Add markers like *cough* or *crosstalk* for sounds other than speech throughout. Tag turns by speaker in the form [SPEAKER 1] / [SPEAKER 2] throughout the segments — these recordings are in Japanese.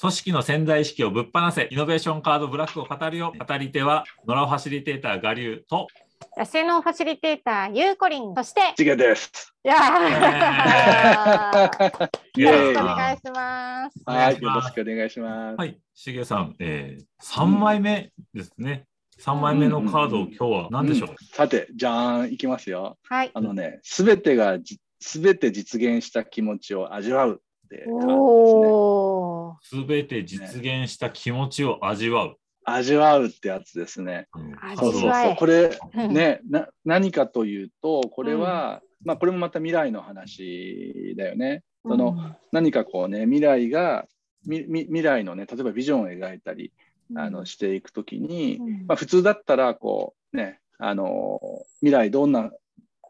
[SPEAKER 1] 組織の潜在意識をぶっ放せイノベーションカードブラックを語るよ語り手は野良ファシリテーター我流と
[SPEAKER 2] 野生のファシリテーターゆうこりんそして
[SPEAKER 3] チゲです。
[SPEAKER 2] いやー
[SPEAKER 3] イ
[SPEAKER 2] よろし
[SPEAKER 3] エーイ
[SPEAKER 2] くお願いします
[SPEAKER 1] お願
[SPEAKER 3] はいい、
[SPEAKER 1] し
[SPEAKER 3] よ
[SPEAKER 1] ます
[SPEAKER 3] ろしくお願いします。
[SPEAKER 1] はい、しげさん、えー、3枚目ですね。3枚目のカードを今日は何でしょう、
[SPEAKER 3] さて、じゃーん、いきますよ。
[SPEAKER 2] はい
[SPEAKER 3] あのね、すべてがじ、すべて実現した気持ちを味わうってカードですね。
[SPEAKER 2] おお
[SPEAKER 1] すべて実現した気持ちを味わう。
[SPEAKER 3] 味わうってやつですね。
[SPEAKER 2] 味
[SPEAKER 3] そうそう
[SPEAKER 2] わ
[SPEAKER 3] そう。
[SPEAKER 2] え
[SPEAKER 3] これ、
[SPEAKER 2] うん
[SPEAKER 3] ね、な何かというと、これは、まあ、これもまた未来の話だよね。その何かこうね、未来が、みみ未来のね、例えばビジョンを描いたり、あのしていくときに、まあ、普通だったらこう、ねあのー未来どんな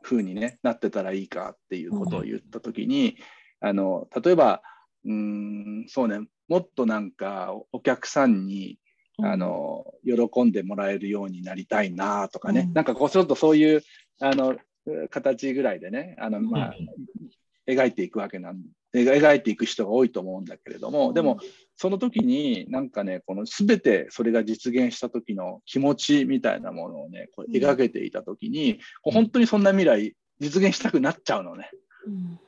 [SPEAKER 3] 風に、ね、なってたらいいかっていうことを言った時に、あの例えばうーんそう、ね、もっとなんかおお客さんに、あのー喜んでもらえるようになりたいなとかね、
[SPEAKER 2] うん
[SPEAKER 3] なんかこうちょっとそういうあの形ぐらいでねあの、まあ、描いていくわけなん描描いていく人が多いと思うんだけれども、でもその時になんかねこの全てそれが実現した時の気持ちみたいなものをねこう描けていた時に、こう本当にそんな未来実現したくなっちゃうのね。
[SPEAKER 2] うん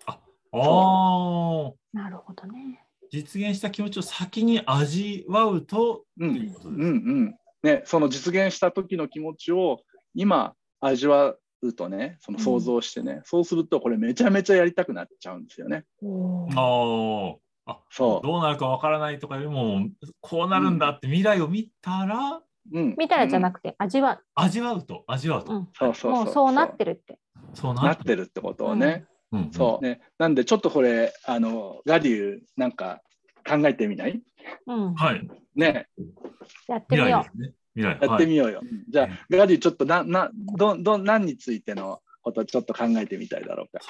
[SPEAKER 1] ああ、
[SPEAKER 2] なるほどね
[SPEAKER 1] 実現した気持ちを先に味わうと、
[SPEAKER 3] う
[SPEAKER 1] というんことで
[SPEAKER 3] う
[SPEAKER 1] す
[SPEAKER 3] んうんね、その実現した時の気持ちを今味わうとねその想像してね、そうするとこれめちゃめちゃやりたくなっちゃうんですよね。
[SPEAKER 2] おー
[SPEAKER 1] ああ、あ
[SPEAKER 3] そう
[SPEAKER 1] どうなるかわからないとかよりも、こうなるんだって未来を見たら、
[SPEAKER 3] うん、
[SPEAKER 2] みたいじゃな
[SPEAKER 3] く
[SPEAKER 2] くて味わ
[SPEAKER 1] 味わうと、味わう
[SPEAKER 2] う
[SPEAKER 1] と。
[SPEAKER 2] うん
[SPEAKER 3] そうそう
[SPEAKER 2] も
[SPEAKER 3] そう
[SPEAKER 2] うそうなってるって
[SPEAKER 1] そう
[SPEAKER 3] な
[SPEAKER 1] なっ
[SPEAKER 3] っ
[SPEAKER 1] て
[SPEAKER 3] るってことをね。
[SPEAKER 2] うん
[SPEAKER 1] うん
[SPEAKER 3] そうね、なんでちょっとこれあのガリューなんか考えてみない
[SPEAKER 2] うん
[SPEAKER 1] はい、
[SPEAKER 3] ね
[SPEAKER 2] やってみ
[SPEAKER 1] 未来
[SPEAKER 2] よ
[SPEAKER 1] ですね。未来。
[SPEAKER 3] やってみようよ。じゃ
[SPEAKER 1] うん
[SPEAKER 3] あガリューちょっとななどど何についてのことちょっと考えてみたいだろうか。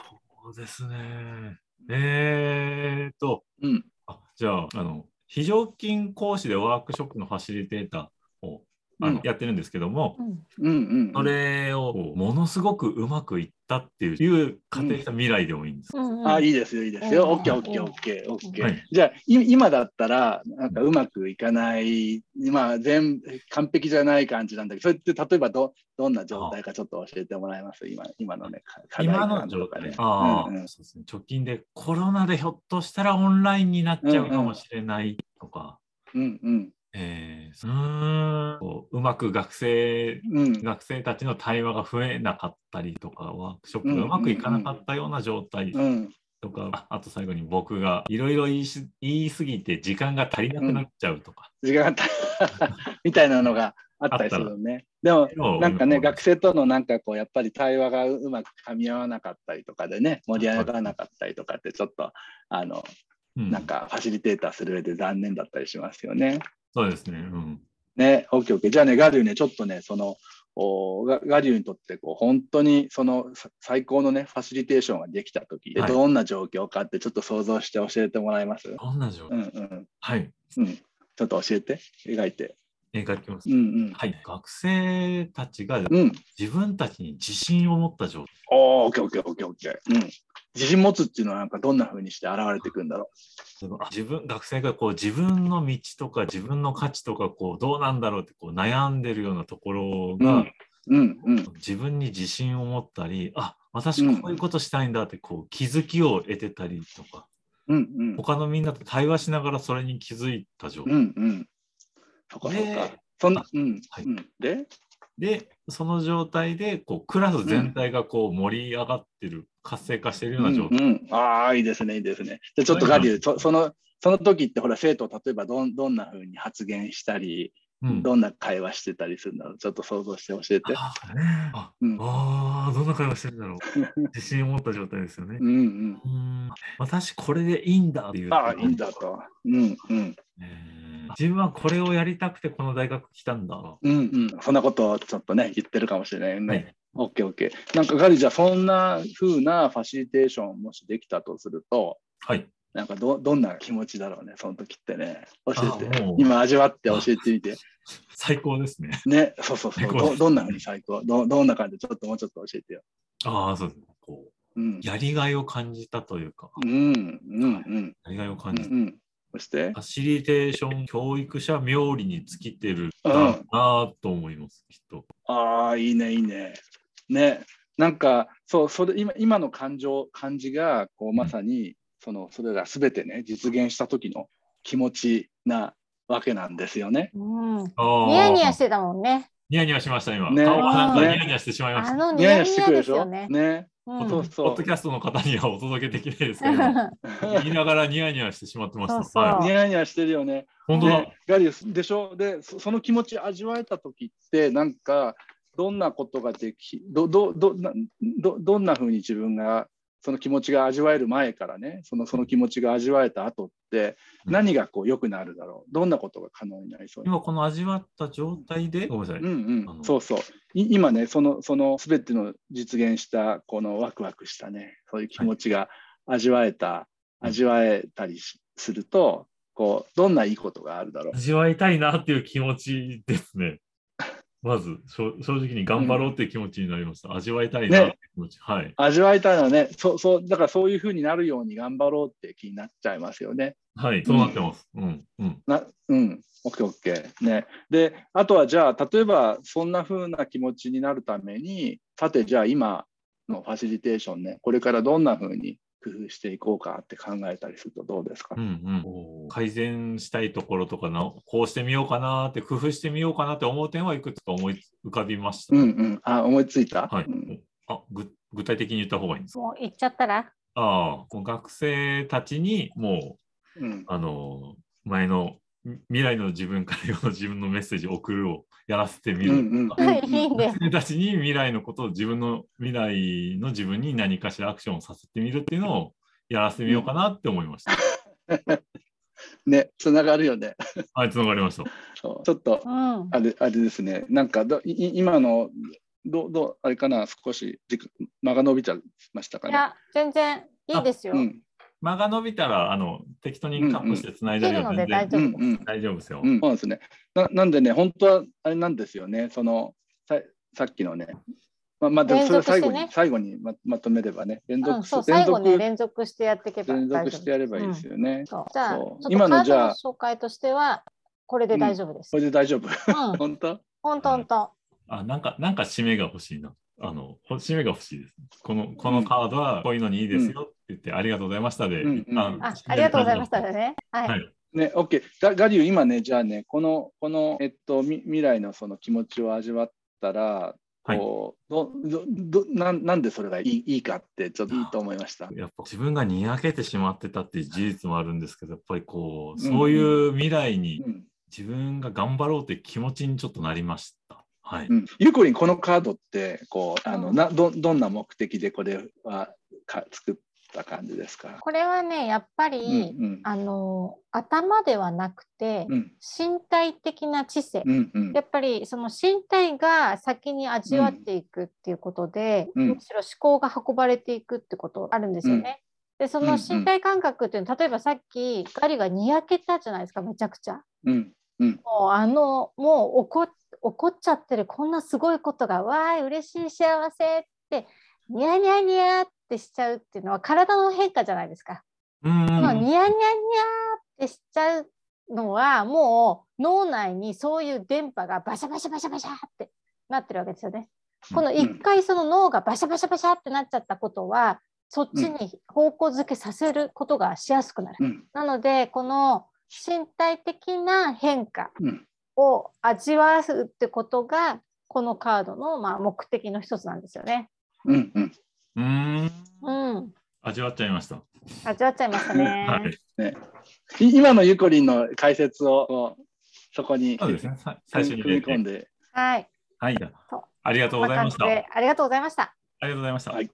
[SPEAKER 1] そうですね。えーっと、
[SPEAKER 3] うん、
[SPEAKER 1] あじゃああの非常勤講師でワークショップのファシリテーターをあの、
[SPEAKER 3] うん
[SPEAKER 1] やってるんですけども、
[SPEAKER 2] ううん
[SPEAKER 3] うんうん
[SPEAKER 1] それをこうものすごくうまくいったっていういう仮定した未来でもいいんです。
[SPEAKER 2] うんうん
[SPEAKER 3] あいいですよいいですよ。
[SPEAKER 2] うん
[SPEAKER 3] オッケーオッケーオッケーオッケ
[SPEAKER 1] は
[SPEAKER 3] ー
[SPEAKER 1] い。
[SPEAKER 3] じゃあい今だったらなんかうまくいかないまあ全完璧じゃない感じなんだけどそれって例えばどどんな状態かちょっと教えてもらえます今今のねか課題
[SPEAKER 1] 今の
[SPEAKER 3] 感
[SPEAKER 1] 状
[SPEAKER 3] とか
[SPEAKER 1] 態、
[SPEAKER 3] ね。
[SPEAKER 1] ああ、
[SPEAKER 3] うんうん
[SPEAKER 1] そうですね。直近でコロナでひょっとしたらオンラインになっちゃうかもしれないとか、
[SPEAKER 3] うんうん
[SPEAKER 1] えー、うーんこううまく学生
[SPEAKER 3] うん
[SPEAKER 1] 学生たちの対話が増えなかったりとか、ワークショップがうまくいかなかったような状態
[SPEAKER 3] うん
[SPEAKER 1] とか、ああと最後に僕がいろいろ言いし言いすぎて時間が足りなくなっちゃうとか。
[SPEAKER 3] 時間があった *laughs* みたいなのがあったりするのね。でもなんかね学生とのなんかこうやっぱり対話がううまく噛み合わなかったりとかでね盛り上がらなかったりとかってちょっとあの
[SPEAKER 1] うん
[SPEAKER 3] なんかファシリテーターする上で残念だったりしますよね。
[SPEAKER 1] そうですね。うん。
[SPEAKER 3] ね、オッケーオッケー。じゃあね、ガリューね、ちょっとね、その、おガガリューにとってこう、本当にそのさ最高のね、ファシリテーションができたとき、で
[SPEAKER 1] はい
[SPEAKER 3] どんな状況かってちょっと想像して教えてもらえます
[SPEAKER 1] どんな状況、
[SPEAKER 3] うんうん
[SPEAKER 1] はい。
[SPEAKER 3] うん。ちょっと教えて、描いて。
[SPEAKER 1] 描きます。
[SPEAKER 3] うんうん。
[SPEAKER 1] はい。学生たちが
[SPEAKER 3] うん。
[SPEAKER 1] 自分たちに自信を持った状態。
[SPEAKER 3] おー、オッケーオッケーオッケーオッケー。うん。自信持つっていうのはなんかどんな風にして現れてくるんだろ
[SPEAKER 1] 例えばあ自分学生がこう自分の道とか自分の価値とかこうどうなんだろうってこう悩んでるようなところ
[SPEAKER 3] う。う
[SPEAKER 1] が、
[SPEAKER 3] ん。うんうん。
[SPEAKER 1] 自分に自信を持ったり、あ私こういうことしたいんだってこう気づきを得てたりとか、
[SPEAKER 3] うんうん。
[SPEAKER 1] 他のみんなと対話しながらそれに気づいた状態。
[SPEAKER 3] うんうん。そこそこ
[SPEAKER 1] で。
[SPEAKER 3] そんな、うん。
[SPEAKER 1] はい
[SPEAKER 3] うんで、
[SPEAKER 1] でその状態でこうクラス全体がこう盛り上がってる、活性化してるような状態、
[SPEAKER 3] うんうん、ああ、いいですね、いいですね。で、ちょっとガリュー、そその、その時って、ほら、生徒、例えばどん、どんな風に発言したり、
[SPEAKER 1] うん
[SPEAKER 3] どんな会話してたりするんだろう、ちょっと想像して教えて。
[SPEAKER 1] ああ
[SPEAKER 3] うん、うん、
[SPEAKER 1] あーどんな会話してるんだろ
[SPEAKER 3] *laughs*
[SPEAKER 1] う自信を持った状態ですよね
[SPEAKER 3] う。ん。
[SPEAKER 1] うん私これでいいんだっていう。
[SPEAKER 3] ああ、いいんだと。うん、うん、
[SPEAKER 1] えー自分はこれをやりたくてこの大学来たんだ。は
[SPEAKER 3] うん、うん。そんなことをちょっとね、言ってるかもしれないよね。
[SPEAKER 1] い。
[SPEAKER 3] オッケー、オッケー。なんか、ガリュー、じゃあ、そんな風なファシリテーションをもしできたとすると、
[SPEAKER 1] はい。
[SPEAKER 3] なんかど、どんな気持ちだろうね、その時ってね。教え
[SPEAKER 1] あ
[SPEAKER 3] て
[SPEAKER 1] もう。
[SPEAKER 3] 今、味わって教えてみて。
[SPEAKER 1] 最高ですね。
[SPEAKER 3] ね、そうそうそ
[SPEAKER 1] 最
[SPEAKER 3] う。
[SPEAKER 1] 高で
[SPEAKER 3] ど
[SPEAKER 1] す
[SPEAKER 3] どんなふうに最高どどんな感じちょっともうちょっと教えてよ。
[SPEAKER 1] ああ、そうですね。こう
[SPEAKER 3] うん。
[SPEAKER 1] やりがいを感じたというか、
[SPEAKER 3] うんうんうん
[SPEAKER 1] やりがいを
[SPEAKER 3] う
[SPEAKER 1] 感じた。
[SPEAKER 3] んそして
[SPEAKER 1] ファシリテーション教育者冥利に尽きてる
[SPEAKER 3] うん
[SPEAKER 1] なあと思います、きっと。
[SPEAKER 3] ああいいねいいね。ねなんかそうそれ今今の感情感じがこうまさにそのそれら全てね実現した時の気持ちなわけなんですよね。
[SPEAKER 2] うん。
[SPEAKER 1] あー
[SPEAKER 2] ニヤニヤしてたもんね。
[SPEAKER 1] ニヤニヤしました、今。
[SPEAKER 3] ね
[SPEAKER 1] 顔がなんか
[SPEAKER 3] ね
[SPEAKER 1] ニヤニヤしてしまいまし
[SPEAKER 2] あ
[SPEAKER 1] た。
[SPEAKER 2] のニ
[SPEAKER 3] ニヤニ
[SPEAKER 2] ヤ
[SPEAKER 3] ヤ
[SPEAKER 2] ニ
[SPEAKER 3] して
[SPEAKER 2] ヤ
[SPEAKER 3] くる
[SPEAKER 2] で
[SPEAKER 3] ですしょ
[SPEAKER 2] よね。
[SPEAKER 3] ね。
[SPEAKER 2] うん
[SPEAKER 3] そう
[SPEAKER 1] ポ
[SPEAKER 3] そ
[SPEAKER 1] ッドキャストの方にはお届けできないですけど、
[SPEAKER 2] *laughs* う
[SPEAKER 1] 言いながらニヤニヤしてしまってました。
[SPEAKER 2] そうそう
[SPEAKER 1] はい、
[SPEAKER 3] *laughs* ニヤニヤしてるよね。
[SPEAKER 1] 本当だ、
[SPEAKER 3] ねガリウスでしょでそその気持ち味わえた時ってなんかどんなことができどどどなどどんな風に自分がその気持ちが味わえる前からねそのその気持ちが味わえた後って
[SPEAKER 1] うん
[SPEAKER 3] 何がこう良くなるだろうどんなことが可能になりそうに
[SPEAKER 1] 今この味わった状態で、ごめんなさい。
[SPEAKER 3] うん
[SPEAKER 1] あ
[SPEAKER 3] う
[SPEAKER 1] の
[SPEAKER 3] ん、そうそうい今ねそのその全ての実現したこのワクワクしたねそういう気持ちが味わえた、
[SPEAKER 1] うん
[SPEAKER 3] 味わえたりしするとこうどんないいことがあるだろう
[SPEAKER 1] 味わいたいなっていう気持ちですね。まず、しょ正直に頑張ろうっていう気持ちになりました。味わいたいなっていう気持ち。はい。
[SPEAKER 3] 味わいたいのはね、そうそう、だからそういうふうになるように頑張ろうって気になっちゃいますよね。
[SPEAKER 1] はい、そうなってます。うん。うん。
[SPEAKER 3] なうん、オッケーオッケー。ね。で、あとはじゃあ、例えばそんなふうな気持ちになるために、さてじゃあ今のファシリテーションね、これからどんなふうに工夫していこうかって考えたりするとどうですか、
[SPEAKER 1] うんうんおー改善したいところとかな、こうしてみようかなって、工夫してみようかなって思う点はいくつか思い浮かびました。
[SPEAKER 3] うん、うんあ、思いついた、
[SPEAKER 1] はい
[SPEAKER 3] うん。
[SPEAKER 1] あぐ、具体的に言った方がいいんですか
[SPEAKER 2] もう行っちゃったら。
[SPEAKER 1] ああ、もう学生たちにも
[SPEAKER 3] うん
[SPEAKER 1] う、あの、前のみ未来の自分から今の自分のメッセージを送るをやらせてみ
[SPEAKER 3] うん
[SPEAKER 1] る。
[SPEAKER 3] うん
[SPEAKER 2] *laughs* いいね。
[SPEAKER 1] 学生たちに未来のことを自分の未来の自分に何かしらアクションをさせてみるっていうのをやらせてみようかなって思いま
[SPEAKER 3] *laughs*
[SPEAKER 1] した。
[SPEAKER 3] ね、つながるよね。 *laughs*
[SPEAKER 1] はい、つながりました。
[SPEAKER 3] そうちょっと
[SPEAKER 2] うん。
[SPEAKER 3] あれあれですね、なんかどいい今のどうどうあれかな、少し時間間が伸びちゃいましたか
[SPEAKER 2] い
[SPEAKER 3] ね。
[SPEAKER 2] や、全然いいですよ。
[SPEAKER 3] うん
[SPEAKER 1] 間が伸びたら、あの、適当にカットしてつないだりは全然
[SPEAKER 2] 切
[SPEAKER 3] う
[SPEAKER 2] る
[SPEAKER 3] ん
[SPEAKER 2] ので
[SPEAKER 3] うん
[SPEAKER 1] 大丈夫ですよ
[SPEAKER 3] う。ん、そうなんですねな。なんでね、本当はあれなんですよね、そのささっきのね、まあ、まあ、でもそれは最後
[SPEAKER 2] 連
[SPEAKER 3] に、
[SPEAKER 2] 続してね
[SPEAKER 3] 最後にままとめればね、連
[SPEAKER 2] う
[SPEAKER 3] 続
[SPEAKER 2] ん、
[SPEAKER 3] す、
[SPEAKER 2] そう、
[SPEAKER 3] 連
[SPEAKER 2] 最後
[SPEAKER 3] 続
[SPEAKER 2] ね、連続してやっていけば大
[SPEAKER 3] 連
[SPEAKER 2] 丈夫
[SPEAKER 3] 続
[SPEAKER 2] です。
[SPEAKER 3] してやればいいですよね。
[SPEAKER 2] そうじゃあ、ちょ
[SPEAKER 3] そ
[SPEAKER 2] っ
[SPEAKER 3] う
[SPEAKER 2] と
[SPEAKER 3] 今の
[SPEAKER 2] カー
[SPEAKER 3] じ
[SPEAKER 2] ド
[SPEAKER 3] ゃあ
[SPEAKER 2] の紹介としては、これで大丈夫です。
[SPEAKER 3] これで大丈夫。 *laughs*
[SPEAKER 2] うん、
[SPEAKER 3] 本当
[SPEAKER 2] ほんとほんと。
[SPEAKER 1] あ、なんか、なんか締めが欲しいな。あの、ほ締めが欲しいです。この、このカードはこういうのにいいですよって言って、ありがとうございましたで、
[SPEAKER 3] うん
[SPEAKER 1] 一旦
[SPEAKER 2] あ
[SPEAKER 1] 締め
[SPEAKER 2] あり
[SPEAKER 1] る
[SPEAKER 2] がと
[SPEAKER 1] 感じ
[SPEAKER 2] うござ
[SPEAKER 1] ないんで
[SPEAKER 2] まし
[SPEAKER 1] すか
[SPEAKER 2] たね。は。
[SPEAKER 1] はいい。
[SPEAKER 3] ね、OK。ガガリュー、今ね、じゃあね、この、この、えっと、み未来のその気持ちを味わったら、
[SPEAKER 1] はい
[SPEAKER 3] こうどどどなんなんでそれがいいいいかってちょっといいと思いました。
[SPEAKER 1] やっぱ自分がにやけてしまってたっていう事実もあるんですけど、やっぱりこう、
[SPEAKER 3] うん
[SPEAKER 1] そういう未来に
[SPEAKER 3] うん
[SPEAKER 1] 自分が頑張ろうって気持ちにちょっとなりました。はい。
[SPEAKER 3] うん、ゆうこりんこのカードってこうあの、
[SPEAKER 2] うん
[SPEAKER 3] などどんな目的でこれはか作った感じですか、
[SPEAKER 2] これはね、やっぱり、
[SPEAKER 3] うん
[SPEAKER 2] あの、頭ではなくて、
[SPEAKER 3] うんうん
[SPEAKER 2] 身体的な知性。
[SPEAKER 3] うんうん
[SPEAKER 2] やっぱりその身体が先に味わっていくっていうことで、
[SPEAKER 3] うん
[SPEAKER 2] むしろ思考が運ばれていくってことあるんですよね。でその身体感覚っていうのは例えばさっきガリがにやけたじゃないですかめちゃくちゃ。
[SPEAKER 3] うん
[SPEAKER 2] もうあのもう怒っ怒っちゃってるこんなすごいことがわーい嬉しい幸せってニヤニヤニヤってしちゃうっていうのは体の変化じゃないですか。
[SPEAKER 1] うん
[SPEAKER 2] そのニヤニヤニヤってしちゃうのはもう脳内にそういう電波がバシャバシャバシャバシャってなってるわけですよね。この一回その脳がバシャバシャバシャってなっちゃったことはそっちに方向づけさせることがしやすくなる。
[SPEAKER 3] うん
[SPEAKER 2] なのでこの身体的な変化
[SPEAKER 3] うん
[SPEAKER 2] を味わうってことがこのカードのまあ目的の一つなんですよね。
[SPEAKER 3] うんうん
[SPEAKER 1] うん。
[SPEAKER 2] うん、
[SPEAKER 1] 味わっちゃいました。
[SPEAKER 2] 味わっちゃいました
[SPEAKER 1] は
[SPEAKER 2] ね。
[SPEAKER 1] い。
[SPEAKER 3] い今のゆうこりんの解説をこうそこに
[SPEAKER 1] そうですね。さ最初に入
[SPEAKER 3] 組
[SPEAKER 1] れ
[SPEAKER 3] み込ん
[SPEAKER 1] て。
[SPEAKER 3] で
[SPEAKER 2] はい、
[SPEAKER 1] はい。ありがとうございました。
[SPEAKER 2] こん
[SPEAKER 1] あ
[SPEAKER 2] な感じでありがとうございました。
[SPEAKER 1] りがとうございました。
[SPEAKER 3] はい